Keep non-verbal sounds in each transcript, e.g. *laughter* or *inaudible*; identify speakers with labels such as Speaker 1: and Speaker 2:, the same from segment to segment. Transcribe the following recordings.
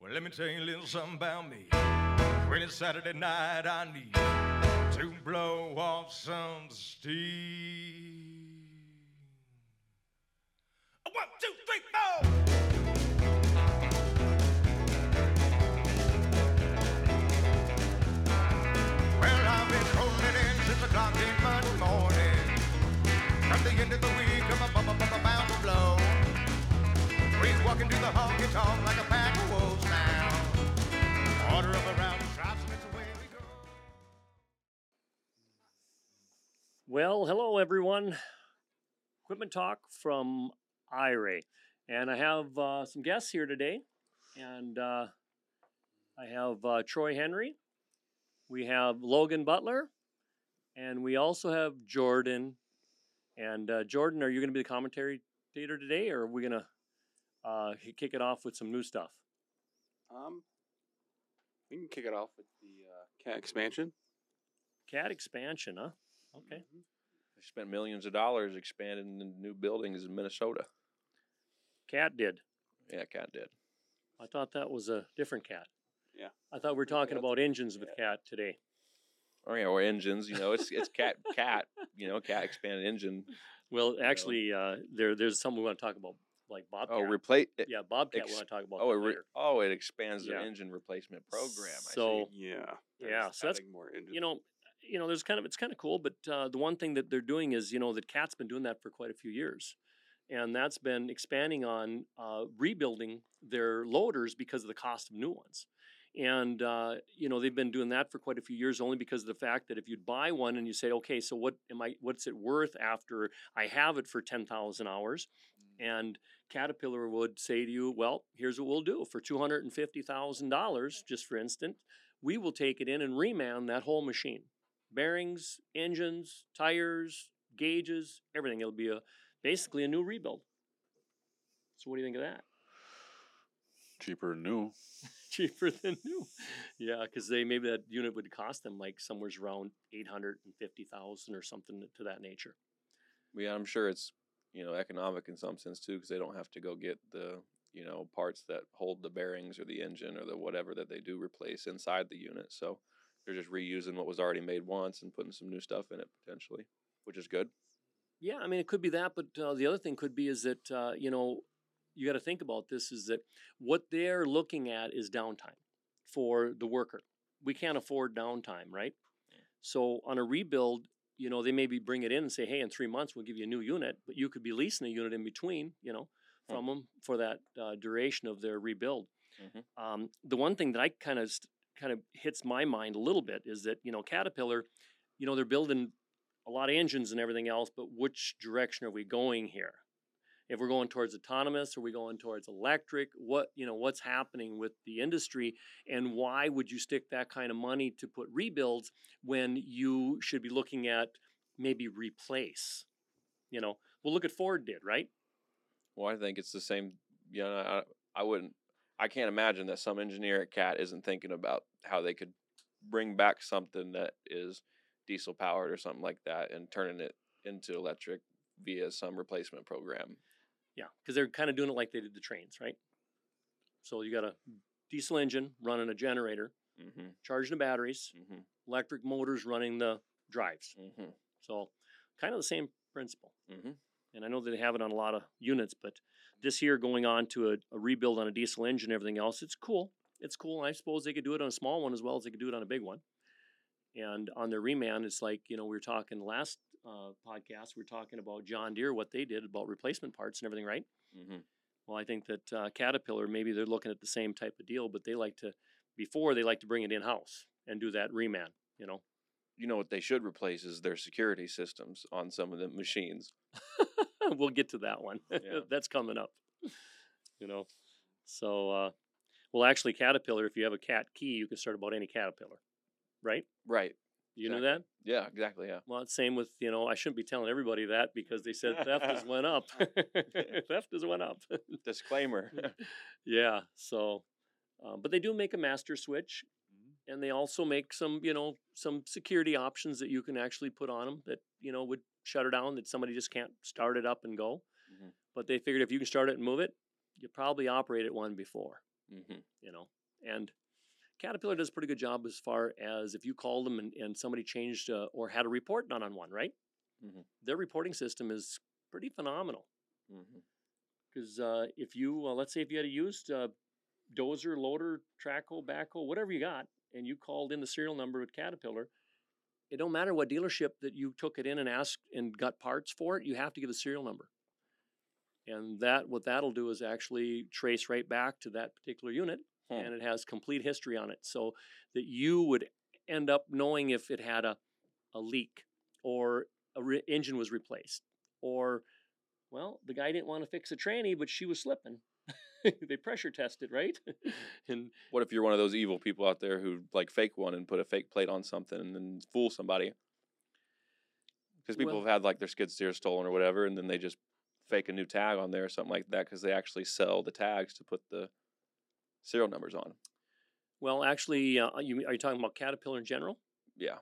Speaker 1: Well, let me tell you a little something about me. When it's Saturday night, I need to blow off some steam. One, two, three, four. Well, I've been holding in since o'clock in Monday morning. From the end of the week, I'm a bummer, bummer, bound to blow. We walking to the honky tonk like a pack of wolves now. Order up around the shops and it's away we go.
Speaker 2: Well, hello everyone. Equipment talk from IRA, and I have uh, some guests here today, and uh, I have uh, Troy Henry, we have Logan Butler, and we also have Jordan. And uh, Jordan, are you going to be the commentary theater today, or are we going to uh, h- kick it off with some new stuff?
Speaker 3: Um, we can kick it off with the uh, cat expansion.
Speaker 2: Cat expansion, huh? Okay.
Speaker 3: Mhm.
Speaker 4: They spent millions of dollars expanding the new buildings in Minnesota.
Speaker 2: Cat did.
Speaker 4: Yeah, Cat did.
Speaker 2: I thought that was a different cat.
Speaker 3: Yeah.
Speaker 2: I thought we were talking
Speaker 4: that's-
Speaker 2: about engines with cat today.
Speaker 4: Or yeah, or engines. You know, it's it's
Speaker 2: *laughs*
Speaker 4: Cat Cat. You know, Cat expanded engine.
Speaker 2: Well, actually, uh, there there's something we want to talk about, like Bobcat.
Speaker 4: Oh, replace. It,
Speaker 2: yeah, Bobcat. we
Speaker 4: ex-
Speaker 2: want to talk about.
Speaker 4: oh, it
Speaker 2: that
Speaker 4: re-
Speaker 2: later.
Speaker 4: oh, it expands their
Speaker 2: Yeah.
Speaker 4: engine replacement program. I see.
Speaker 2: So-
Speaker 3: Yeah. they're
Speaker 2: Yeah,
Speaker 3: just
Speaker 2: so that's-
Speaker 3: adding more engines.
Speaker 2: you know, you know, there's kind of it's kind of cool, but uh, the one thing that they're doing is you know that Cat's been doing that for quite a few years, and that's been expanding on uh, rebuilding their loaders because of the cost of new ones. And uh, you know they've been doing that for quite a few years, only because of the fact that if you buy one and you say, okay, so what am I? What's it worth after I have it for ten thousand hours? And Caterpillar would say to you, well, here's what we'll do for two hundred and fifty thousand dollars, just for instance we will take it in and reman that whole machine bearings engines tires gauges everything it'll be a basically a new rebuild so what do you think of that *laughs*
Speaker 5: cheaper than new.
Speaker 2: cheaper than new yeah because they maybe that unit would cost them like somewhere's around 850000 or something to that nature
Speaker 4: yeah, I'm sure it's you know economic in some sense too, because they don't have to go get the you know parts that hold the bearings or the engine or the whatever that they do replace inside the unit. So they're just reusing what was already made once and putting some new stuff in it potentially, which is good.
Speaker 2: Yeah, I mean, it could be that, but uh, the other thing could be is that uh, you know you got to think about this is that what they're looking at is downtime for the worker. We can't afford downtime, right? So on a rebuild, you know, they maybe bring it in and say, "Hey, in three months we'll give you a new unit," but you could be leasing a unit in between, you know,
Speaker 4: Hmm.
Speaker 2: from them for that uh, duration of their rebuild
Speaker 4: Mhm.
Speaker 2: um, the one thing that I kind of st- kind of hits my mind a little bit is that you know Caterpillar, you know they're building a lot of engines and everything else, but which direction are we going here? If we're going towards autonomous, are we going towards electric? What you know what's happening with the industry, and why would you stick that kind of money to put rebuilds when you should be looking at maybe replace? You know, well look at Ford did right.
Speaker 4: Well, I think it's the same. You know, I, I wouldn't. I can't imagine that some engineer at CAT isn't thinking about how they could bring back something that is diesel powered or something like that and turning it into electric via some replacement program.
Speaker 2: Yeah, because they're kind of doing it like they did the trains, right? So you got a diesel engine running a generator,
Speaker 4: Mm-hmm.
Speaker 2: charging the batteries,
Speaker 4: Mm-hmm.
Speaker 2: electric motors running the drives.
Speaker 4: Mm-hmm.
Speaker 2: So kind of the same principle.
Speaker 4: Mm-hmm.
Speaker 2: And I know that they have it on a lot of units, but this year going on to a, a rebuild on a diesel engine, and everything else, it's cool. It's cool. And I suppose they could do it on a small one as well as they could do it on a big one. And on their reman, it's like, you know, we were talking last uh, podcast, we were talking about John Deere, what they did about replacement parts and everything, right?
Speaker 4: Mm-hmm.
Speaker 2: Well, I think that uh, Caterpillar maybe they're looking at the same type of deal, but they like to before they like to bring it in house and do that reman. You know, *laughs*
Speaker 4: You know what they should replace is their security systems on some of the machines.
Speaker 2: we'll get to that one.
Speaker 4: *laughs* Yeah.
Speaker 2: *laughs* That's coming up. You know, so uh, well, actually, Caterpillar. If you have a cat key, you can start about any Caterpillar, right?
Speaker 4: Right.
Speaker 2: You knew that.
Speaker 4: Yeah. Exactly. Yeah.
Speaker 2: Well, it's same with you know I shouldn't be telling everybody that because they said theft
Speaker 4: *laughs*
Speaker 2: has went up. *laughs* theft has went up.
Speaker 4: Disclaimer.
Speaker 2: Yeah. So, um, but they do make a master switch, and they also make some, you know, some security options that you can actually put on them that you know would shut her down that somebody just can't start it up and go.
Speaker 4: Mhm.
Speaker 2: But they figured if you can start it and move it, you probably operated one before.
Speaker 4: *laughs* *laughs* Mm-hmm.
Speaker 2: you know. And Caterpillar does a pretty good job as far as if you call them and, and somebody changed uh, or had a report done on one, right?
Speaker 4: Mhm.
Speaker 2: Their reporting system is pretty phenomenal
Speaker 4: Mm-hmm.
Speaker 2: because uh, if you, uh, let's say, if you had a used uh, dozer, loader, track hoe, backhoe, whatever you got, and you called in the serial number at Caterpillar, it don't matter what dealership that you took it in and asked and got parts for it, you have to give a serial number. And that what that'll do is actually trace right back to that particular unit
Speaker 4: Hmm.
Speaker 2: and it has complete history on it so that you would end up knowing if it had a, a leak or a re- engine was replaced or well the guy didn't want to fix a tranny but she was slipping *laughs* they pressure tested right *laughs* and
Speaker 4: What if you're one of those evil people out there who like fake one and put a fake plate on something and then fool somebody? Because people
Speaker 2: Well-
Speaker 4: have had like their skid steer stolen or whatever, and then they just fake a new tag on there or something like that because they actually sell the tags to put the serial numbers on. 'em.
Speaker 2: well actually uh, you, are you talking about caterpillar in general
Speaker 4: Yeah.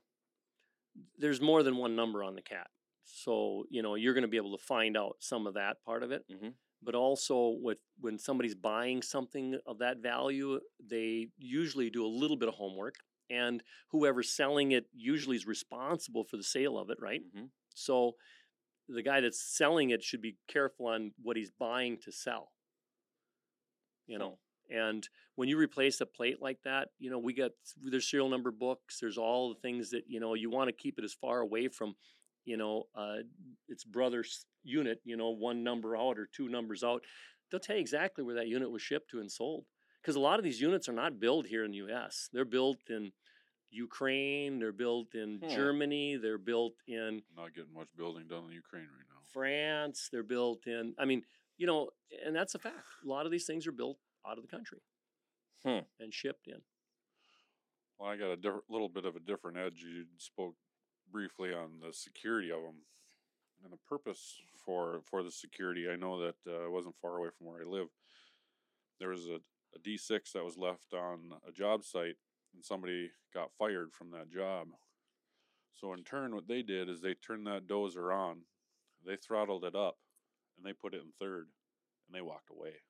Speaker 2: there's more than one number on the cat. So, you know, you're going to be able to find out some of that part of it.
Speaker 4: Mhm.
Speaker 2: But also, with, when somebody's buying something of that value, they usually do a little bit of homework. And whoever's selling it usually is responsible for the sale of it, right?
Speaker 4: Mm-hmm.
Speaker 2: So, the guy that's selling it should be careful on what he's buying to sell. You know, and when you replace a plate like that, you know, we got there's serial number books, there's all the things that, you know, you want to keep it as far away from, you know, uh, its brother's unit, you know, one number out or two numbers out. They'll tell you exactly where that unit was shipped to and sold. Because a lot of these units are not built here in the US. They're built in Ukraine, they're built in
Speaker 4: Hmm.
Speaker 2: Germany, they're built in
Speaker 5: Not getting much building done in Ukraine right now.
Speaker 2: France, they're built in. I mean, you know, and that's a fact. A lot of these things are built out of the country
Speaker 4: Hmm.
Speaker 2: and shipped in.
Speaker 5: Well, I got a different, little bit of a different edge. You spoke briefly on the security of them and the purpose for for the security. I know that uh, it wasn't far away from where I live. There was a, a D6 that was left on a job site, and somebody got fired from that job. So in turn, what they did is they turned that dozer on, they throttled it up, and they put it in third, and they walked away.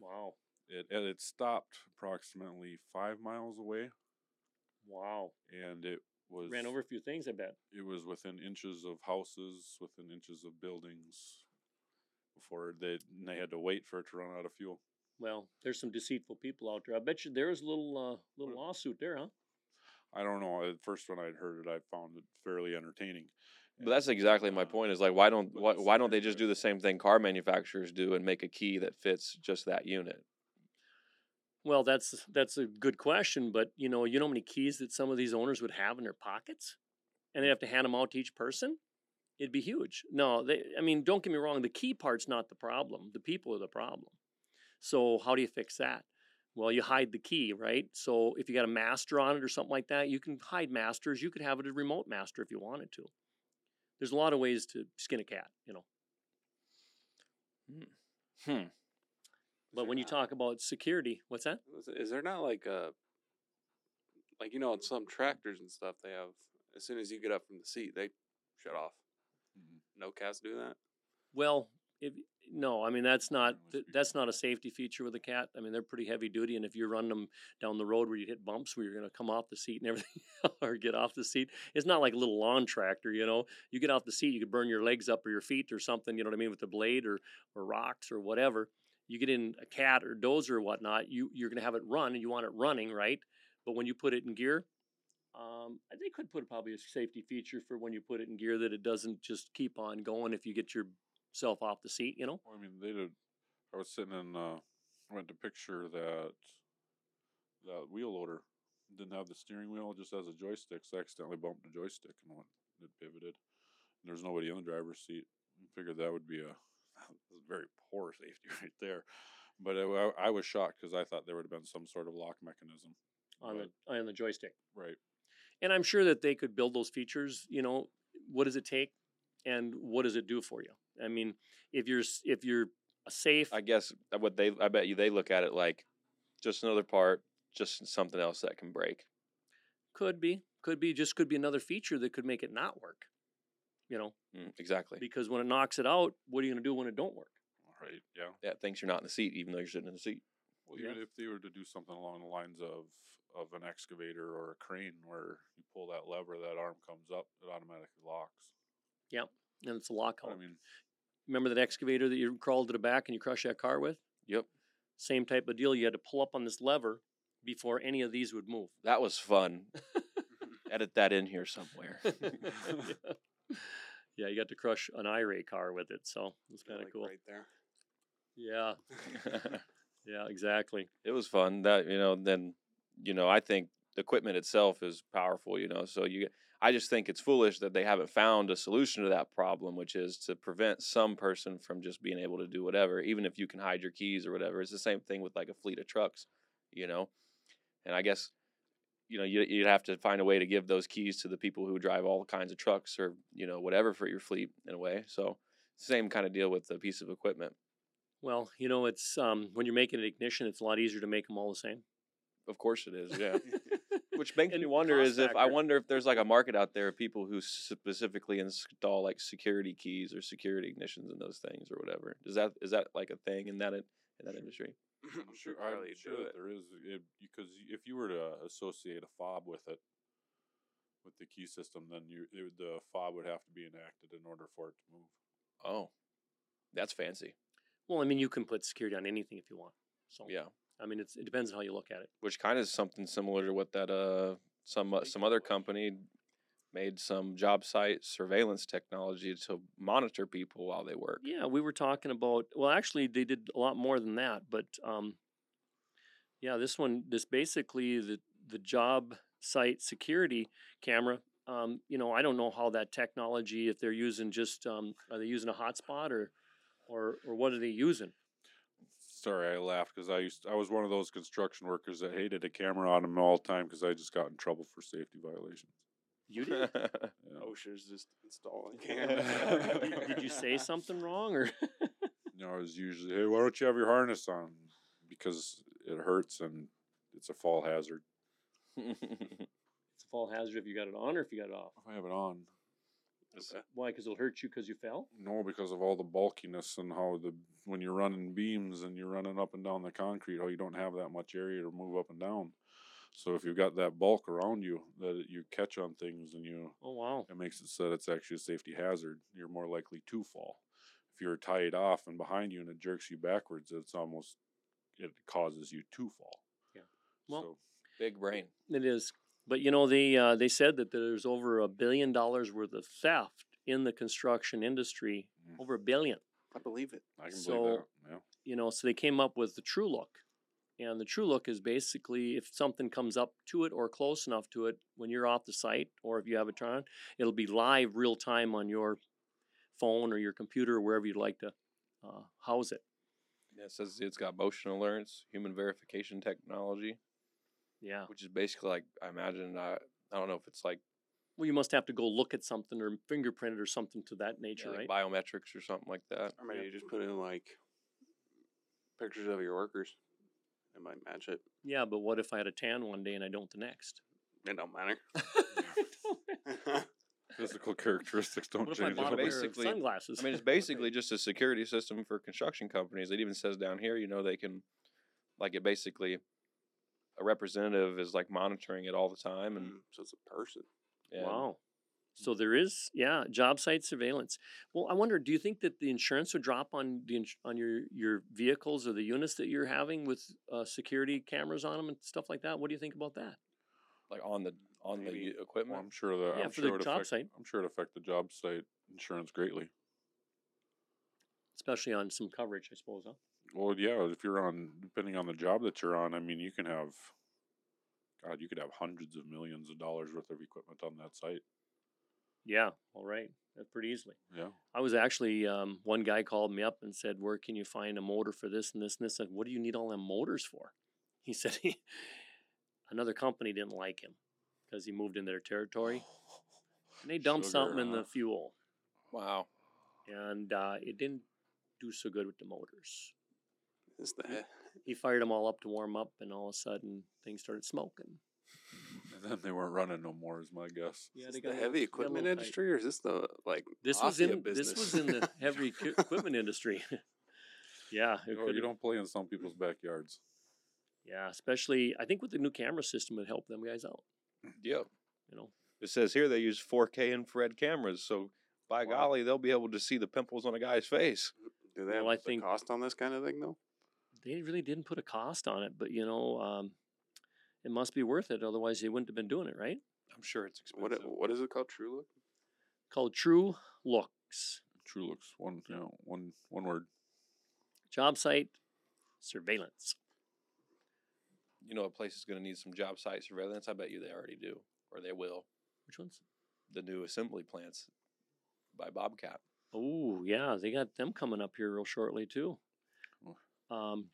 Speaker 2: Wow.
Speaker 5: It and it stopped approximately five miles away,
Speaker 2: Wow.
Speaker 5: and it was
Speaker 2: Ran over a few things, I bet.
Speaker 5: it was within inches of houses, within inches of buildings. Before they and they had to wait for it to run out of fuel.
Speaker 2: Well, there's some deceitful people out there. I bet you there was a little uh, little
Speaker 5: Well-
Speaker 2: lawsuit there, huh?
Speaker 5: I don't know. The first one I'd heard it, I found it fairly entertaining. uh,
Speaker 4: But that's exactly my point. Is like, why don't
Speaker 5: but
Speaker 4: why,
Speaker 5: it's
Speaker 4: why don't they just do the
Speaker 5: interesting.
Speaker 4: same thing car manufacturers do and make a key that fits just that unit?
Speaker 2: Well, that's that's a good question, but you know, you know how many keys that some of these owners would have in their pockets, and they have to hand them out to each person. It'd be huge. No, they. I mean, don't get me wrong. The key part's not the problem. The people are the problem. So how do you fix that? Well, you hide the key, right? So if you got a master on it or something like that, you can hide masters. You could have it a remote master if you wanted to. There's a lot of ways to skin a cat, you know.
Speaker 4: Hmm.
Speaker 2: But when you talk about security, what's that?
Speaker 3: Is- Is there not like a like you know on some tractors and stuff they have as soon as you get up from the seat they shut off.
Speaker 5: Mhm.
Speaker 3: No cats do that.
Speaker 2: Well, if, no, I mean that's not
Speaker 5: Unless
Speaker 2: th-
Speaker 5: we
Speaker 2: that's
Speaker 5: can-
Speaker 2: not a safety feature with a cat. I mean they're pretty heavy duty, and if you're running them down the road where you hit bumps where you're going to come off the seat and everything, *laughs* or get off the seat, it's not like a little lawn tractor. You know, you get off the seat, you could burn your legs up or your feet or something. You know what I mean with the blade or or rocks or whatever. You get in a cat or dozer or whatnot, you you're going to have it run, and you want it running right. But when you put it in gear, um, they could put probably a safety feature for when you put it in gear that it doesn't just keep on going if you get yourself off the seat, you know?
Speaker 5: Well, I mean, they did. I was sitting in. Uh, I went to picture that that wheel loader didn't have the steering wheel, just has a joystick. So I accidentally bumped the joystick and went it pivoted. And there's nobody in the driver's seat. I figured that would be a, *laughs* that's very poor safety *laughs* right there. But I, wa- I was shocked because I thought there would have been some sort of lock mechanism.
Speaker 2: On
Speaker 5: Right.
Speaker 2: the on the joystick.
Speaker 5: Right.
Speaker 2: And I'm sure that they could build those features, you know, what does it take and what does it do for you? I mean, if you're s- if you're a safe
Speaker 4: I guess what they I bet you they look at it like just another part, just something else that can break.
Speaker 2: could be, could be just could be another feature that could make it not work. You know,
Speaker 4: Mm, exactly.
Speaker 2: because when it knocks it out, what are you going to do when it don't work?
Speaker 5: Right. Yeah.
Speaker 4: That thinks you're not in the seat, even though you're sitting in the seat.
Speaker 5: Well,
Speaker 2: Yeah.
Speaker 5: even if they were to do something along the lines of of an excavator or a crane, where you pull that lever, that arm comes up, it automatically locks.
Speaker 2: and it's a lock
Speaker 5: But I
Speaker 2: hole.
Speaker 5: mean,
Speaker 2: Remember that excavator that you crawled to the back and you crushed that car with?
Speaker 4: Yep.
Speaker 2: Same type of deal. You had to pull up on this lever before any of these would move.
Speaker 4: That was fun. Edit that in
Speaker 2: *laughs*
Speaker 4: here somewhere. *laughs*
Speaker 2: yeah, you got to crush an IRA car with it, so it's
Speaker 3: Yeah,
Speaker 2: kind of
Speaker 3: like
Speaker 2: cool.
Speaker 3: right there.
Speaker 2: Yeah, yeah, exactly.
Speaker 4: it was fun that you know then you know i think the equipment itself is powerful you know so you i just think it's foolish that they haven't found a solution to that problem which is to prevent some person from just being able to do whatever even if you can hide your keys or whatever it's the same thing with like a fleet of trucks you know and i guess you know you, you'd have to find a way to give those keys to the people who drive all kinds of trucks or you know whatever for your fleet in a way so same kind of deal with the piece of equipment
Speaker 2: Well, you know, it's um, when you're making an ignition, it's a lot easier to make them all the same.
Speaker 4: of course it is
Speaker 2: *laughs*
Speaker 4: yeah Which makes
Speaker 2: And
Speaker 4: me
Speaker 2: the
Speaker 4: wonder
Speaker 2: cost
Speaker 4: is if I
Speaker 2: factor.
Speaker 4: wonder if there's like a market out there of people who specifically install like security keys or security ignitions and those things or whatever. Does that is that like a thing in that in, in that industry?
Speaker 3: *laughs*
Speaker 5: I'm sure, I'm
Speaker 3: probably
Speaker 5: sure that there is because if you were to associate a fob with it, with the key system, then you it, would- the fob would have to be enacted in order for it to move.
Speaker 4: Oh, that's fancy.
Speaker 2: Well, I mean, you can put security on anything if you want. So
Speaker 4: Yeah,
Speaker 2: I mean, it's, it depends on how you look at it.
Speaker 4: which kind of is something similar to what that uh some uh,
Speaker 3: think
Speaker 4: some
Speaker 3: it
Speaker 4: other
Speaker 3: was.
Speaker 4: company made some job site surveillance technology to monitor people while they work.
Speaker 2: Yeah, we were talking about. Well, actually, they did a lot more than that, but um, yeah, this one, this basically the the job site security camera. Um, you know, I don't know how that technology. If they're using just, um, are they using a hotspot or, or or what are they using?
Speaker 5: Sorry, I laughed because I used I was one of those construction workers that hated a camera on them all the time because I just got in trouble for safety violations.
Speaker 4: You did.
Speaker 5: Yeah.
Speaker 3: OSHA's just *laughs* installing
Speaker 2: did,
Speaker 3: cameras.
Speaker 2: did you *laughs* say something wrong or?
Speaker 5: you know, is usually, hey, why don't you have your harness on? Because it hurts and it's a fall hazard.
Speaker 2: It's a fall hazard if you got it on or if you got it off.
Speaker 5: If I have it on,
Speaker 3: *laughs* Okay.
Speaker 2: Why? Because it'll hurt you because you fell.
Speaker 5: no, because of all the bulkiness and how the when you're running beams and you're running up and down the concrete, oh, you don't have that much area to move up and down. So if you've got that bulk around you that you catch on things and you
Speaker 2: Oh wow!
Speaker 5: it makes it so that it's actually a safety hazard. You're more likely to fall. If you're tied off and behind you and it jerks you backwards, it's almost it causes you to fall.
Speaker 2: Yeah. Well,
Speaker 5: so,
Speaker 4: *laughs* Big brain.
Speaker 2: It is. But you know, they uh, they said that there's over a billion dollars worth of theft in the construction industry.
Speaker 5: Mm.
Speaker 2: Over a billion.
Speaker 3: I believe it.
Speaker 5: I can
Speaker 2: so-
Speaker 5: believe that. Yeah.
Speaker 2: You know, so they came up with the True Look, and the True Look is basically if something comes up to it or close enough to it when you're off the site, or if you have it on, it'll be live real time on your phone or your computer or wherever you'd like to uh, house it.
Speaker 4: Yeah, it says it's got motion alerts, human verification technology.
Speaker 2: Yeah.
Speaker 4: which is basically like I imagine. I I don't know if it's like,
Speaker 2: Well, you must have to go look at something or fingerprint it or something to that nature,
Speaker 4: yeah, like
Speaker 2: right?
Speaker 4: biometrics or something like that.
Speaker 3: Or maybe you just put in like pictures of your workers. It might match it.
Speaker 2: Yeah, but what if I had a tan one day and I don't the next?
Speaker 3: It don't matter.
Speaker 5: Physical *laughs* characteristics don't
Speaker 2: What if I
Speaker 5: change.
Speaker 2: bought a
Speaker 5: at
Speaker 2: pair
Speaker 5: least.
Speaker 2: of
Speaker 4: basically-
Speaker 2: sunglasses?
Speaker 4: I
Speaker 2: *laughs*
Speaker 4: mean, it's
Speaker 3: *laughs*
Speaker 4: basically just a security system for construction companies. It even says down here, you know, they can, like, it basically, a representative is like monitoring it all the time, and,
Speaker 3: Mm, so it's a person.
Speaker 4: and
Speaker 2: wow. So there is, yeah, job site surveillance. Well, I wonder, do you think that the insurance would drop on the ins- on your your vehicles or the units that you're having with uh, security cameras on them and stuff like that? What do you think about that?
Speaker 4: like on the on the
Speaker 3: Maybe.
Speaker 4: u-
Speaker 5: Well,
Speaker 4: equipment.
Speaker 5: I'm sure that
Speaker 2: Yeah,
Speaker 5: I'm
Speaker 2: for
Speaker 5: sure
Speaker 2: the
Speaker 5: it
Speaker 2: job
Speaker 5: affect,
Speaker 2: site.
Speaker 5: I'm sure it affect the job site insurance greatly.
Speaker 2: Especially on some coverage, I suppose. Huh?
Speaker 5: Well, yeah, if you're on depending on the job that you're on, I mean, you can have God, you could have hundreds of millions of dollars worth of equipment on that site.
Speaker 2: Yeah. All right. That's pretty easily.
Speaker 5: Yeah.
Speaker 2: I was actually um, one guy called me up and said, "Where can you find a motor for this and this and this?" I said, "What do you need all them motors for?" *laughs* He said, he, "Another company didn't like him because he moved into their
Speaker 5: *sighs*
Speaker 2: territory and they dumped
Speaker 5: Oh, Sugar, uh,
Speaker 2: something in
Speaker 5: huh?
Speaker 2: the fuel,
Speaker 4: Wow,
Speaker 2: and uh, it didn't do so good with the motors."
Speaker 3: Is the
Speaker 2: He fired them all up to warm up, and all of a sudden things started smoking.
Speaker 5: And *laughs* then they weren't running no more, is my guess.
Speaker 2: Yeah,
Speaker 3: is this the heavy equipment industry, or is this the like
Speaker 2: This was
Speaker 3: mafia
Speaker 2: in
Speaker 3: business?
Speaker 2: this was in the heavy equi- equipment industry. *laughs* yeah, it
Speaker 5: Oh, You, know, you
Speaker 2: could've-
Speaker 5: don't play in some people's backyards.
Speaker 2: Yeah, especially I think with the new camera system would help them guys out.
Speaker 4: Yep.
Speaker 2: You know,
Speaker 4: It says here they use 4K infrared cameras, so by
Speaker 3: Wow.
Speaker 4: golly, they'll be able to see the pimples on a guy's face.
Speaker 3: Do they
Speaker 2: Well,
Speaker 3: have
Speaker 2: I
Speaker 3: the
Speaker 2: think-
Speaker 3: cost on this kind of thing though?
Speaker 2: they really didn't put a cost on it, but you know, um, it must be worth it. Otherwise, they wouldn't have been doing it, right?
Speaker 4: I'm sure it's
Speaker 3: Mm. What it,
Speaker 4: expensive.
Speaker 3: what is it called? True look.
Speaker 2: Called True Looks
Speaker 5: True looks one you know, one one word.
Speaker 2: Job Site Surveillance.
Speaker 4: you know, a place is going to need some job site surveillance. I bet you they already do, or they will.
Speaker 2: Which ones?
Speaker 4: The new assembly plants by Bobcat.
Speaker 2: Oh yeah, they got them coming up here real shortly too. Um,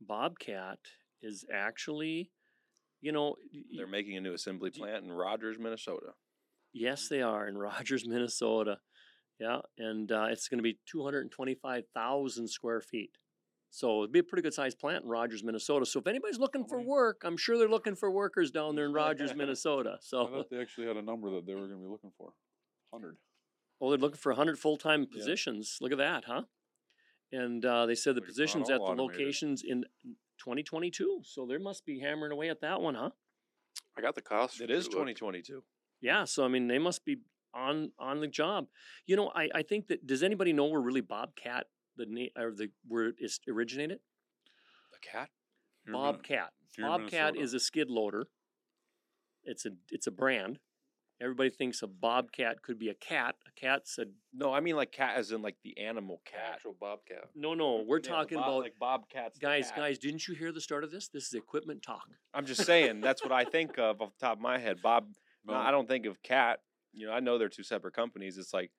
Speaker 2: Bobcat is actually, you know, y- y-
Speaker 4: They're making a new assembly
Speaker 2: Do you-
Speaker 4: plant in Rogers, Minnesota.
Speaker 2: Yes, they are in Rogers, *laughs* Minnesota. Yeah, and uh, it's going to be 225,000 square feet. So it'd be a pretty good sized plant in Rogers, Minnesota. So if anybody's looking for
Speaker 5: Alright.
Speaker 2: work, I'm sure they're looking for workers down there in
Speaker 5: *laughs*
Speaker 2: Rogers, Minnesota.
Speaker 5: I
Speaker 2: So,
Speaker 5: thought they actually had a number that they were going to be looking for. Hundred.
Speaker 2: oh, they're looking for 100 full time
Speaker 5: Yeah.
Speaker 2: positions. Look at that, huh? And uh, they said the
Speaker 5: Like, it's not
Speaker 2: positions at the
Speaker 5: all automated.
Speaker 2: locations in 2022. So they must be hammering away at that one, huh?
Speaker 3: I got the cost. for
Speaker 4: It is
Speaker 3: True Look.
Speaker 4: 2022.
Speaker 2: Yeah, so I mean, they must be on on the job. You know, I, I think that does anybody know where really Bobcat the name or the where it is originated?
Speaker 4: The cat?
Speaker 5: Here in Min-
Speaker 2: Bobcat.
Speaker 5: here Mm-hmm. in
Speaker 2: Bobcat
Speaker 5: Minnesota.
Speaker 2: is a skid loader. It's a it's a brand. Everybody thinks a bobcat could be a cat. A cat's a
Speaker 4: No, I mean like cat as in like the animal cat.
Speaker 3: Actual bobcat.
Speaker 2: no, no. We're
Speaker 4: Yeah, the
Speaker 2: talking
Speaker 4: Bob-
Speaker 2: about
Speaker 4: like Bobcats. the
Speaker 2: guys,
Speaker 4: cat.
Speaker 2: guys. Didn't you hear the start of this? This is equipment talk.
Speaker 4: I'm just saying that's what I think of off the top of my head.
Speaker 2: *laughs*
Speaker 4: Bob. No,
Speaker 5: No,
Speaker 4: I don't think of cat. You know, I know they're two separate companies. It's like,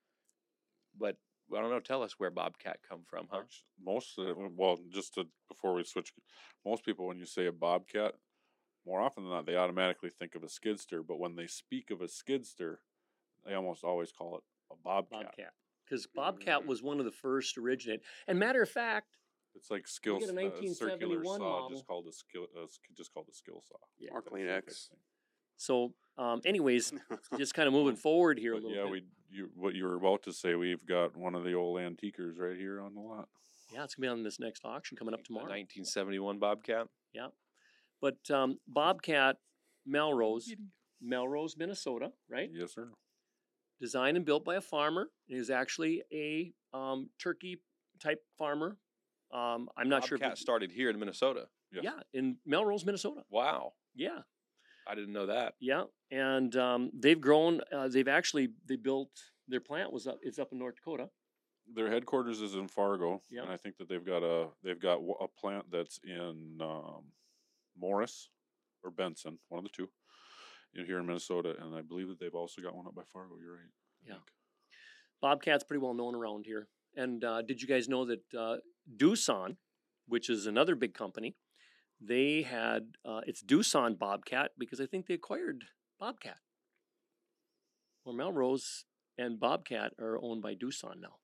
Speaker 4: but I don't know. Tell us where Bobcat come from, huh?
Speaker 5: actu- Most of the, well, just to, before we switch, most people when you say a bobcat, more often than not, they automatically think of a skidster. But when they speak of a skidster, they almost always call it a bobcat.
Speaker 2: Bobcat. Because
Speaker 5: Mm-hmm.
Speaker 2: Bobcat was one of the first originate. And matter of fact,
Speaker 5: It's like skill
Speaker 2: get a
Speaker 5: s- uh, circular
Speaker 2: 1971
Speaker 5: saw,
Speaker 2: model.
Speaker 5: just called a skill, uh, sk- just called a skill saw.
Speaker 2: Yeah.
Speaker 3: Or
Speaker 5: That's the type of
Speaker 3: Kleenex.
Speaker 5: thing.
Speaker 2: so um,
Speaker 5: *laughs*
Speaker 2: anyways, just kind of moving forward here a
Speaker 5: But
Speaker 2: little
Speaker 5: yeah,
Speaker 2: bit.
Speaker 5: we you what you were about to say. We've got one of the old antiquers right here on the lot.
Speaker 2: Yeah, it's gonna be on this next auction coming up
Speaker 4: The
Speaker 2: tomorrow.
Speaker 4: 1971 Bobcat.
Speaker 2: But um, Bobcat Melrose, Melrose, Minnesota, right?
Speaker 5: Yes, sir.
Speaker 2: Designed and built by a farmer. He was actually a um, turkey type farmer. Um, I'm not sure. if
Speaker 4: Bobcat
Speaker 2: it-
Speaker 4: started here in Minnesota.
Speaker 5: Yes.
Speaker 2: Yeah, in Melrose, Minnesota.
Speaker 4: Wow,
Speaker 2: Yeah,
Speaker 4: I didn't know that.
Speaker 2: yeah, and um, they've grown. Uh, they've actually they built their plant was up. It's up in North Dakota.
Speaker 5: their headquarters is in Fargo,
Speaker 2: Yeah.
Speaker 5: and I think that they've got a they've got w- a plant that's in um, Morris or Benson, one of the two, in- here in Minnesota, and I believe that they've also got one up by Fargo. You're right. I
Speaker 2: Yeah.
Speaker 5: think.
Speaker 2: Bobcat's pretty well known around here. And uh, did you guys know that uh, Doosan, which is another big company, they had uh, it's Doosan Bobcat because I think they acquired Bobcat. Well, Melrose and Bobcat are owned by Doosan now.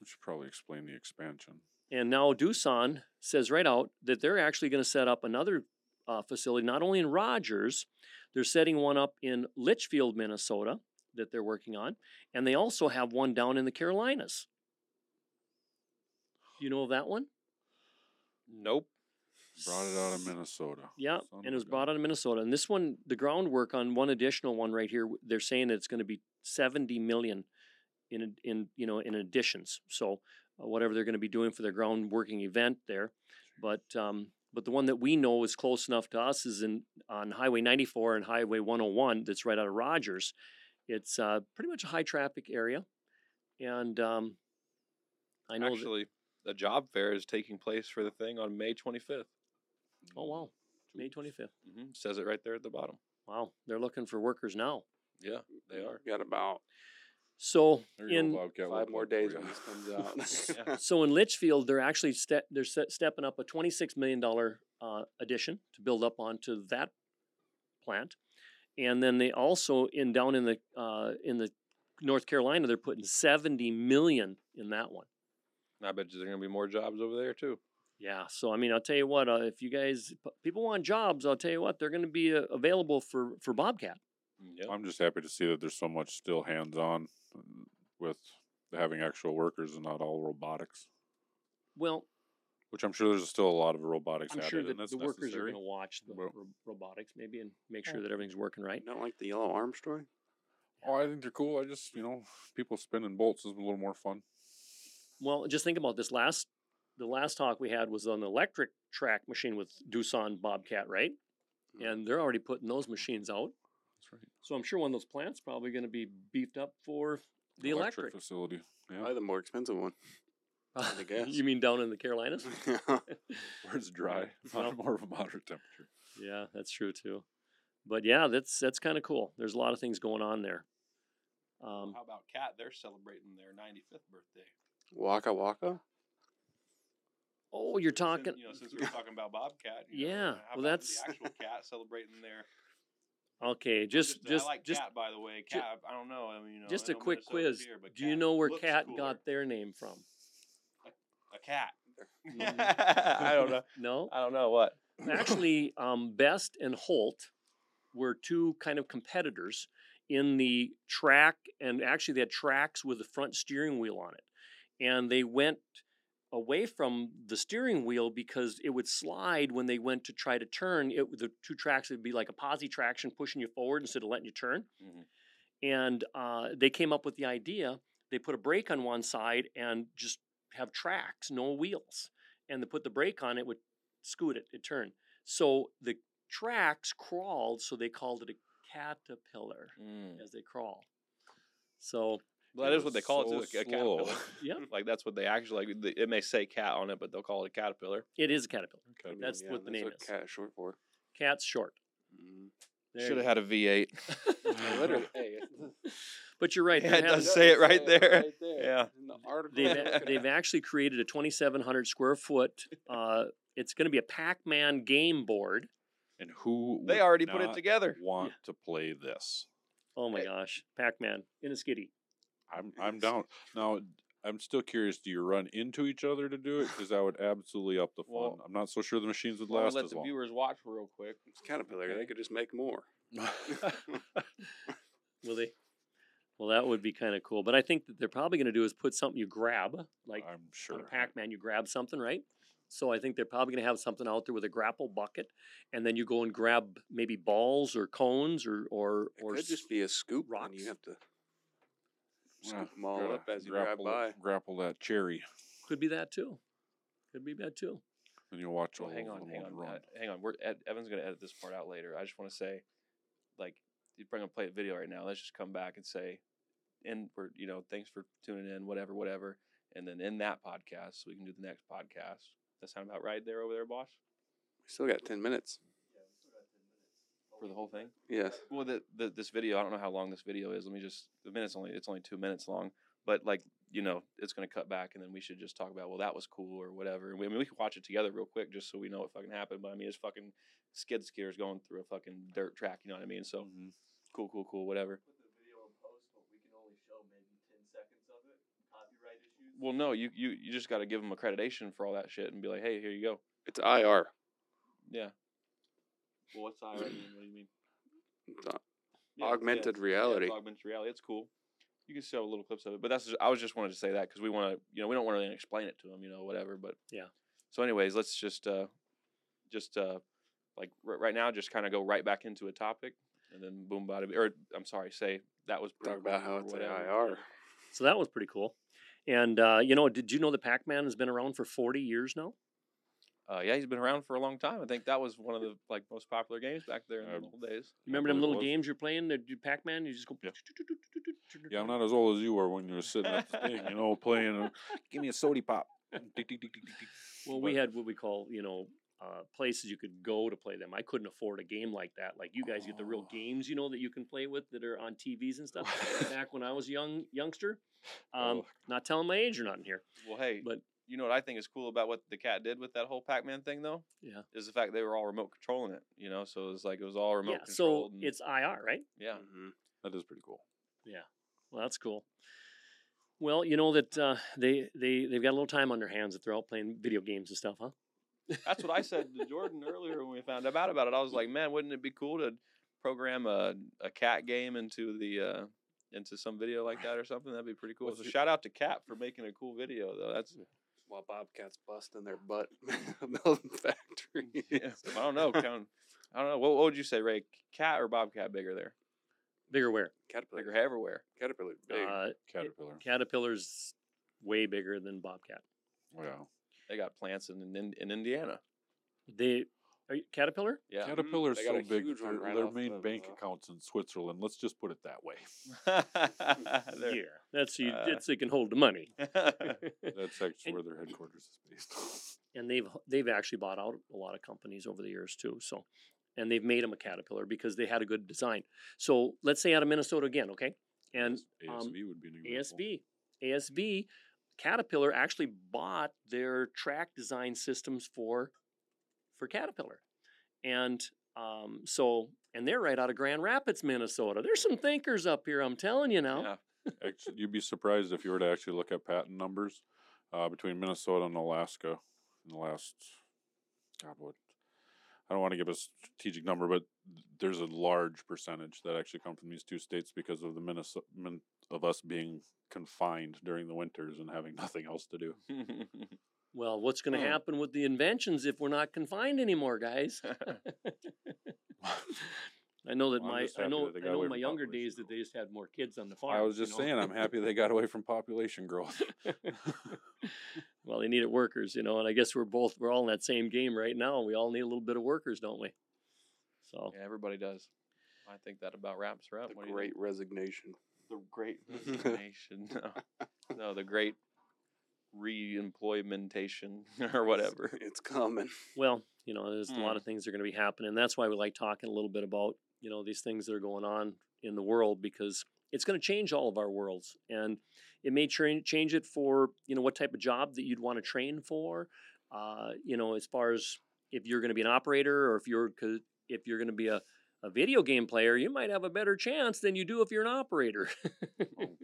Speaker 5: We should probably explain the expansion.
Speaker 2: And now Doosan says right out that they're actually going to set up another uh, facility, not only in Rogers, they're setting one up in Litchfield, Minnesota, that they're working on. And they also have one down in the Carolinas. You know of that one?
Speaker 4: Nope.
Speaker 5: Brought it out of Minnesota.
Speaker 2: Yeah,
Speaker 5: Son
Speaker 2: and
Speaker 5: of
Speaker 2: it
Speaker 5: a
Speaker 2: was
Speaker 5: gun.
Speaker 2: brought out of Minnesota. And this one, the groundwork on one additional one right here, w- they're saying that it's going to be seventy million in ad- in you know in additions. So uh, whatever they're going to be doing for their groundworking event there, but um, but the one that we know is close enough to us is in on Highway ninety four and Highway one hundred one. That's right out of Rogers. It's uh, pretty much a high traffic area, and um, I know. that,
Speaker 4: Actually, a job fair is taking place for the thing on May 25th.
Speaker 2: oh wow, May
Speaker 5: Two-
Speaker 2: twenty fifth.
Speaker 4: hmm Says it right there at the bottom.
Speaker 2: Wow, they're looking for workers now.
Speaker 4: Yeah,
Speaker 3: *laughs*
Speaker 4: they are.
Speaker 3: Got about
Speaker 2: So
Speaker 5: There you go,
Speaker 2: in
Speaker 5: Bobcat, we'll
Speaker 3: five more
Speaker 5: plug it
Speaker 3: days
Speaker 5: for
Speaker 3: when
Speaker 5: ya.
Speaker 3: this comes
Speaker 4: Yeah.
Speaker 3: out.
Speaker 2: So in Litchfield, they're actually ste- they're se- stepping up a twenty-six million dollar uh, addition to build up onto that plant, and then they also in down in the uh, in the North Carolina, they're putting seventy million in that one.
Speaker 4: And I bet you there's going to be more jobs over there too.
Speaker 2: Yeah. So I mean, I'll tell you what, uh, if you guys p- people want jobs, I'll tell you what, they're going to be uh, available for for Bobcat.
Speaker 6: Mm,
Speaker 4: Yeah.
Speaker 5: I'm just happy to see that there's so much still hands on with having actual workers and not all robotics.
Speaker 2: Well,
Speaker 5: which I'm sure there's still a lot of robotics.
Speaker 2: I'm
Speaker 5: at
Speaker 2: sure
Speaker 5: it, and
Speaker 2: that
Speaker 5: that's
Speaker 2: the workers are
Speaker 5: necessary.
Speaker 2: going to watch the
Speaker 5: Well-
Speaker 2: ro- robotics maybe and make sure that everything's working right.
Speaker 3: *laughs* You don't like the yellow arm story?
Speaker 5: Oh, I think they're cool. I just, you know, people spinning bolts is a little more fun.
Speaker 2: Well, just think about this last the last talk we had was on the electric track machine with Doosan Bobcat, right?
Speaker 3: Mhm.
Speaker 2: And they're already putting those machines out.
Speaker 5: That's right.
Speaker 2: So I'm sure one of those plants probably going to be beefed up for the electric.
Speaker 5: facility. *laughs* Yeah.
Speaker 3: Probably the more expensive one.
Speaker 2: *laughs*
Speaker 3: I guess.
Speaker 2: you mean down in the *laughs*
Speaker 3: *laughs*
Speaker 2: Carolinas?
Speaker 5: Where it's
Speaker 4: *laughs*
Speaker 5: dry, *laughs*
Speaker 2: Well-
Speaker 5: not more of a moderate temperature.
Speaker 2: Yeah, that's true too. But yeah, that's that's kind of cool. There's a lot of things going on there. Um,
Speaker 6: How about Cat? They're celebrating their 95th birthday.
Speaker 3: waka waka.
Speaker 2: oh, you're
Speaker 6: Since-
Speaker 2: talking.
Speaker 6: you know, since we were talking about Bobcat. you know, how
Speaker 2: Yeah, well,
Speaker 6: about
Speaker 2: that's-
Speaker 6: the actual cat celebrating their.
Speaker 2: Okay, *laughs* just just
Speaker 6: I like
Speaker 2: just
Speaker 6: cat, by the way.
Speaker 2: ju-
Speaker 6: Cat, I don't know. I mean, you know,
Speaker 2: just
Speaker 6: I
Speaker 2: a
Speaker 6: know
Speaker 2: quick
Speaker 6: Minnesota's
Speaker 2: quiz.
Speaker 6: here, but
Speaker 2: Do you know where
Speaker 6: looks
Speaker 2: cat
Speaker 6: cooler.
Speaker 2: got their name from?
Speaker 6: a cat?
Speaker 2: I
Speaker 6: don't know.
Speaker 2: *laughs* No.
Speaker 6: *laughs* I don't know what.
Speaker 2: actually um, best and holt were two kind of competitors in the track and actually they had tracks with the front steering wheel on it and they went away from the steering wheel because it would slide when they went to try to turn it the two tracks would be like a posi traction pushing you forward instead of letting you turn
Speaker 4: Mhm.
Speaker 2: and uh, they came up with the idea they put a brake on one side and just have tracks no wheels and they put the brake on it would scoot it, it turned. So the tracks crawled, so they called it a caterpillar
Speaker 4: Mm.
Speaker 2: as they crawl. So
Speaker 4: Well, that is what they call
Speaker 5: so
Speaker 4: it too, a, a
Speaker 5: slow.
Speaker 4: *laughs* caterpillar.
Speaker 2: yeah,
Speaker 4: like that's what they actually like. th- It may say cat on it, but they'll call it a caterpillar.
Speaker 2: it is a caterpillar.
Speaker 3: I mean,
Speaker 2: That's what the name
Speaker 3: Mm, what
Speaker 2: is.
Speaker 3: Cat is short for.
Speaker 2: Cat's short.
Speaker 3: Mm.
Speaker 2: There
Speaker 4: Should have
Speaker 2: you
Speaker 4: had a V eight.
Speaker 3: I literally, hey,
Speaker 2: go. but you're right.
Speaker 4: Yeah,
Speaker 2: there
Speaker 4: it
Speaker 2: has-
Speaker 4: does say it *laughs* right there.
Speaker 3: right there.
Speaker 4: Yeah.
Speaker 3: In the
Speaker 2: *laughs*
Speaker 3: article.
Speaker 2: they've,
Speaker 3: *laughs* I'm
Speaker 2: a-
Speaker 3: looking
Speaker 2: they've
Speaker 3: at.
Speaker 2: actually created a 2,700 square foot. Uh, it's going to be a Pac-Man game board.
Speaker 5: And who
Speaker 4: They
Speaker 5: would
Speaker 4: already put it
Speaker 5: not
Speaker 4: together.
Speaker 5: Want to play this?
Speaker 2: Oh my
Speaker 4: Hey.
Speaker 2: gosh, Pac-Man in a skitty.
Speaker 5: I'm I'm down. Now I'm still curious. Do you run into each other
Speaker 4: *sighs*
Speaker 5: to do it? Because that would absolutely up the fun.
Speaker 4: Well-
Speaker 5: I'm not so sure the machines would
Speaker 4: Well,
Speaker 5: last
Speaker 4: let
Speaker 5: as
Speaker 4: the
Speaker 5: *laughs* long.
Speaker 4: viewers watch real quick.
Speaker 3: It's caterpillar. They could just make more.
Speaker 2: Will they? Well, that would be kind of cool. But I think that they're probably going to do is put something you grab, like
Speaker 5: I'm Uh, sure.
Speaker 2: on a Pac-Man, you grab something, right? So I think they're probably going to have something out there with a grapple bucket, and then you go and grab maybe balls or cones or or
Speaker 3: It
Speaker 2: or
Speaker 3: could
Speaker 2: s-
Speaker 3: just be a scoop, and
Speaker 2: rocks.
Speaker 3: you have to
Speaker 5: Yeah,
Speaker 3: scoop them all
Speaker 5: gotta
Speaker 3: up as you drive
Speaker 5: grapple,
Speaker 3: by.
Speaker 5: Grapple that cherry,
Speaker 2: could be that too. Could be that too.
Speaker 5: and you'll watch all
Speaker 4: Well, hang
Speaker 5: of
Speaker 4: on,
Speaker 5: them
Speaker 4: hang
Speaker 5: all
Speaker 4: on,
Speaker 5: run.
Speaker 4: uh, hang on. We're Ed, Evan's gonna edit this part out later. I just want to say, like, you bring up play a video right now. Let's just come back and say, and we're you know, thanks for tuning in, whatever, whatever, and then in that podcast, so we can do the next podcast. That sound about right there over there, boss,
Speaker 3: We still got ten minutes.
Speaker 4: for the whole thing.
Speaker 3: Yes.
Speaker 4: Well, the, the this video, I don't know how long this video is. Let me just the minutes only. It's only two minutes long, but like you know, it's gonna cut back, and then we should just talk about well, that was cool or whatever. And we, I mean, we can watch it together real quick just so we know what fucking happened. But I mean, it's fucking skid skiers going through a fucking dirt track. You know what I mean? So
Speaker 5: Mhm.
Speaker 4: cool, cool, cool, whatever. Well, no, you you you just got to give them accreditation for all that shit and be like, hey, here you go.
Speaker 3: It's IR.
Speaker 4: Yeah,
Speaker 6: Well, what's I mean? What do you mean?
Speaker 3: It's au-
Speaker 4: Yeah, yeah,
Speaker 3: augmented
Speaker 4: yeah, it's
Speaker 3: reality.
Speaker 4: augmented reality. It's cool. You can show little clips of it, but that's just, I was just wanted to say that because we want to, you know, we don't want to explain it to them, you know, whatever. But
Speaker 2: Yeah.
Speaker 4: So, anyways, let's just, uh just uh like r- right now, just kind of go right back into a topic, and then boom, bada, b- or I'm sorry, say that was pretty
Speaker 3: Talk about
Speaker 4: cool
Speaker 3: how
Speaker 4: or
Speaker 3: it's
Speaker 4: whatever.
Speaker 3: IR.
Speaker 2: So that was pretty cool. And uh, you know, did you know that Pac-Man has been around for 40 years now?
Speaker 4: Uh, yeah, he's been around for a long time. I think that was one of the like most popular games back there in
Speaker 5: Um,
Speaker 4: the old days.
Speaker 5: I
Speaker 2: Remember them
Speaker 5: believe it
Speaker 2: little
Speaker 5: was.
Speaker 2: games you're playing that you Pac-Man? You just go.
Speaker 5: Yeah. Yeah, I'm not as old as you were when you were sitting at the thing, you know, playing. uh, Give me a soda pop. *laughs* Tick, tick, tick, tick, tick, tick.
Speaker 2: Well, we
Speaker 5: But-
Speaker 2: had what we call, you know, uh, places you could go to play them. I couldn't afford a game like that. Like you guys get the real
Speaker 5: Oh.
Speaker 2: games, you know, that you can play with that are on TVs and
Speaker 5: *laughs*
Speaker 2: stuff. Back when I was a young youngster, um,
Speaker 4: Oh.
Speaker 2: not telling my age or nothing here.
Speaker 4: Well, hey,
Speaker 2: But-
Speaker 4: but you know what I think is cool about what the cat did with that whole Pac-Man thing, though.
Speaker 2: Yeah.
Speaker 4: is the fact they were all remote controlling it. You know, so it was like it was all remote
Speaker 2: yeah, so
Speaker 4: controlled. and-
Speaker 2: it's IR, right?
Speaker 4: yeah.
Speaker 3: Mhm.
Speaker 5: That is pretty cool.
Speaker 2: Well, that's cool. Well, you know that uh, they they they've got a little time on their hands that they're out playing video games and stuff, huh?
Speaker 4: That's what
Speaker 2: *laughs*
Speaker 4: I said to Jordan earlier when we found out about it. I was like, man, wouldn't it be cool to program a, a cat game into the uh, into some video like that or something? That'd be pretty cool.
Speaker 5: What's
Speaker 4: So
Speaker 5: your-
Speaker 4: shout out to Cat for making a cool video though. That's
Speaker 3: while Bobcats busting their butt *laughs* building factory.
Speaker 4: *laughs* Yeah.
Speaker 2: *laughs*
Speaker 4: I don't know, Kevin. I don't know. What, what would you say, Ray? Cat or bobcat bigger there?
Speaker 2: Bigger where?
Speaker 3: Caterpillar.
Speaker 4: Bigger everywhere.
Speaker 3: Caterpillar. Big.
Speaker 2: Uh,
Speaker 5: Caterpillar.
Speaker 2: Caterpillar's way bigger than Bobcat.
Speaker 5: Wow.
Speaker 4: They got plants in in, in Indiana.
Speaker 2: They are you, Caterpillar?
Speaker 4: Yeah.
Speaker 5: Caterpillar's
Speaker 3: They got
Speaker 5: so
Speaker 3: a
Speaker 5: big,
Speaker 3: huge one
Speaker 5: their,
Speaker 3: right
Speaker 5: their
Speaker 3: off
Speaker 5: main
Speaker 3: of,
Speaker 5: bank
Speaker 3: uh,
Speaker 5: accounts in Switzerland. Let's just put it that way.
Speaker 4: *laughs* They're- *laughs*
Speaker 2: Yeah, that's you.
Speaker 4: uh,
Speaker 2: it's, they can hold the money.
Speaker 5: That's actually where their headquarters is based.
Speaker 2: and they've they've actually bought out a lot of companies over the years too. So, and they've made them a caterpillar because they had a good design. So let's say out of Minnesota again, okay? And
Speaker 5: *laughs* ASB
Speaker 2: um,
Speaker 5: would be an example.
Speaker 2: ASB, ASB, Caterpillar actually bought their track design systems for for Caterpillar, and um, so and they're right out of Grand Rapids, Minnesota. There's some thinkers up here. I'm telling you now.
Speaker 4: *laughs* Yeah.
Speaker 5: Actually, you'd be surprised if you were to actually look at patent numbers uh, between Minnesota and Alaska in the last, God, what? I don't want to give a strategic number, but there's a large percentage that actually come from these two states because of the Minnesota min, of us being confined during the winters and having *laughs* nothing else to do.
Speaker 2: Well, what's going to
Speaker 4: Hmm.
Speaker 2: happen with the inventions if we're not confined anymore, guys?
Speaker 5: *laughs*
Speaker 2: *laughs* I know that
Speaker 5: Well, I'm
Speaker 2: my
Speaker 5: just
Speaker 2: I
Speaker 5: happy
Speaker 2: know
Speaker 5: that they
Speaker 2: I
Speaker 5: got
Speaker 2: know
Speaker 5: away
Speaker 2: my
Speaker 5: from
Speaker 2: younger
Speaker 5: population
Speaker 2: days that they just had more kids on the farm.
Speaker 5: I was just saying, I'm happy they got away from population growth.
Speaker 2: *laughs* well, they needed workers, you know, and I guess we're both we're all in that same game right now. We all need a little bit of workers, don't we? So
Speaker 4: Yeah, everybody does. I think that about wraps her up.
Speaker 3: the
Speaker 4: What do you
Speaker 3: Great
Speaker 4: think?
Speaker 3: Resignation.
Speaker 6: The great.
Speaker 4: Nation. No. no, the great reemploymentation *laughs* or whatever.
Speaker 3: It's
Speaker 4: *laughs*
Speaker 3: coming.
Speaker 2: well, you know, there's a lot
Speaker 4: Hmm.
Speaker 2: of things that are going to be happening. That's why we like talking a little bit about you know these things that are going on in the world because it's going to change all of our worlds and it may tra- change it for you know what type of job that you'd want to train for uh, you know as far as if you're going to be an operator or if you're 'cause if you're going to be a, a video game player you might have a better chance than you do if you're an operator
Speaker 5: *laughs*
Speaker 2: Oh.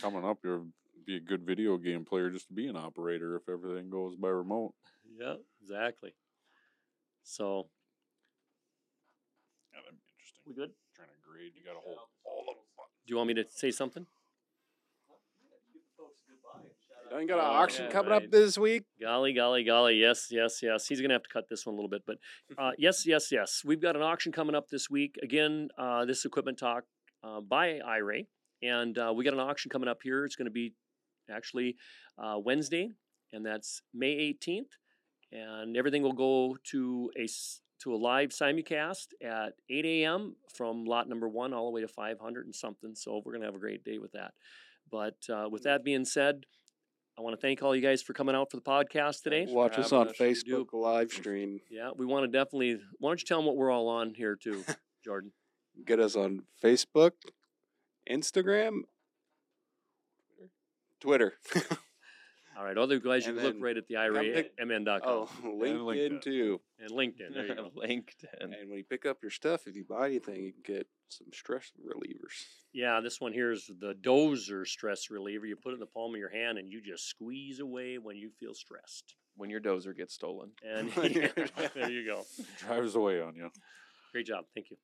Speaker 5: Coming up, you'll be a good video game player just to be an operator if everything goes by remote.
Speaker 2: *laughs* yeah exactly so
Speaker 5: Yeah, that'd be interesting.
Speaker 2: we good do
Speaker 5: trying to grade. You got to hold all the buttons.
Speaker 2: you want me to say something
Speaker 3: I ain't got an
Speaker 2: Oh,
Speaker 3: auction
Speaker 2: yeah,
Speaker 3: coming
Speaker 2: right.
Speaker 3: up this week.
Speaker 2: Golly, golly, golly. Yes, yes, yes. He's going to have to cut this one a little bit. But uh, yes, yes, yes. We've got an auction coming up this week. Again, uh, this is equipment talk uh, by IRA. And uh, we got an auction coming up here. It's going to be actually uh, Wednesday, and that's May 18th. And everything will go to a s- to a live simulcast at 8 a.m. from lot number one all the way to 500 and something. So we're going to have a great day with that. But uh, with that being said, I want to thank all you guys for coming out for the podcast today.
Speaker 4: Thanks for
Speaker 3: Watch us
Speaker 4: having
Speaker 3: on
Speaker 4: us. We do.
Speaker 3: Facebook live stream.
Speaker 2: Yeah, we want to definitely. Why don't you tell them what we're all on here
Speaker 3: *laughs*
Speaker 2: too, Jordan?
Speaker 3: Get us on Facebook, Instagram, Twitter.
Speaker 2: All right, otherwise you
Speaker 3: And
Speaker 2: can look
Speaker 3: then
Speaker 2: right at the
Speaker 3: pick-
Speaker 2: IRAMN.com
Speaker 3: Oh, *laughs*
Speaker 5: LinkedIn.
Speaker 3: LinkedIn too.
Speaker 2: and LinkedIn. There you
Speaker 3: *laughs*
Speaker 4: *laughs*
Speaker 2: go.
Speaker 4: LinkedIn.
Speaker 3: And when you pick up your stuff, if you buy anything, you can get some stress relievers.
Speaker 2: Yeah, this one here is the dozer stress reliever. You put it in the palm of your hand and you just squeeze away when you feel stressed.
Speaker 4: When your
Speaker 3: *laughs*
Speaker 4: dozer gets stolen.
Speaker 2: And *laughs* there you go.
Speaker 5: Drives away on you.
Speaker 2: Great job. Thank you.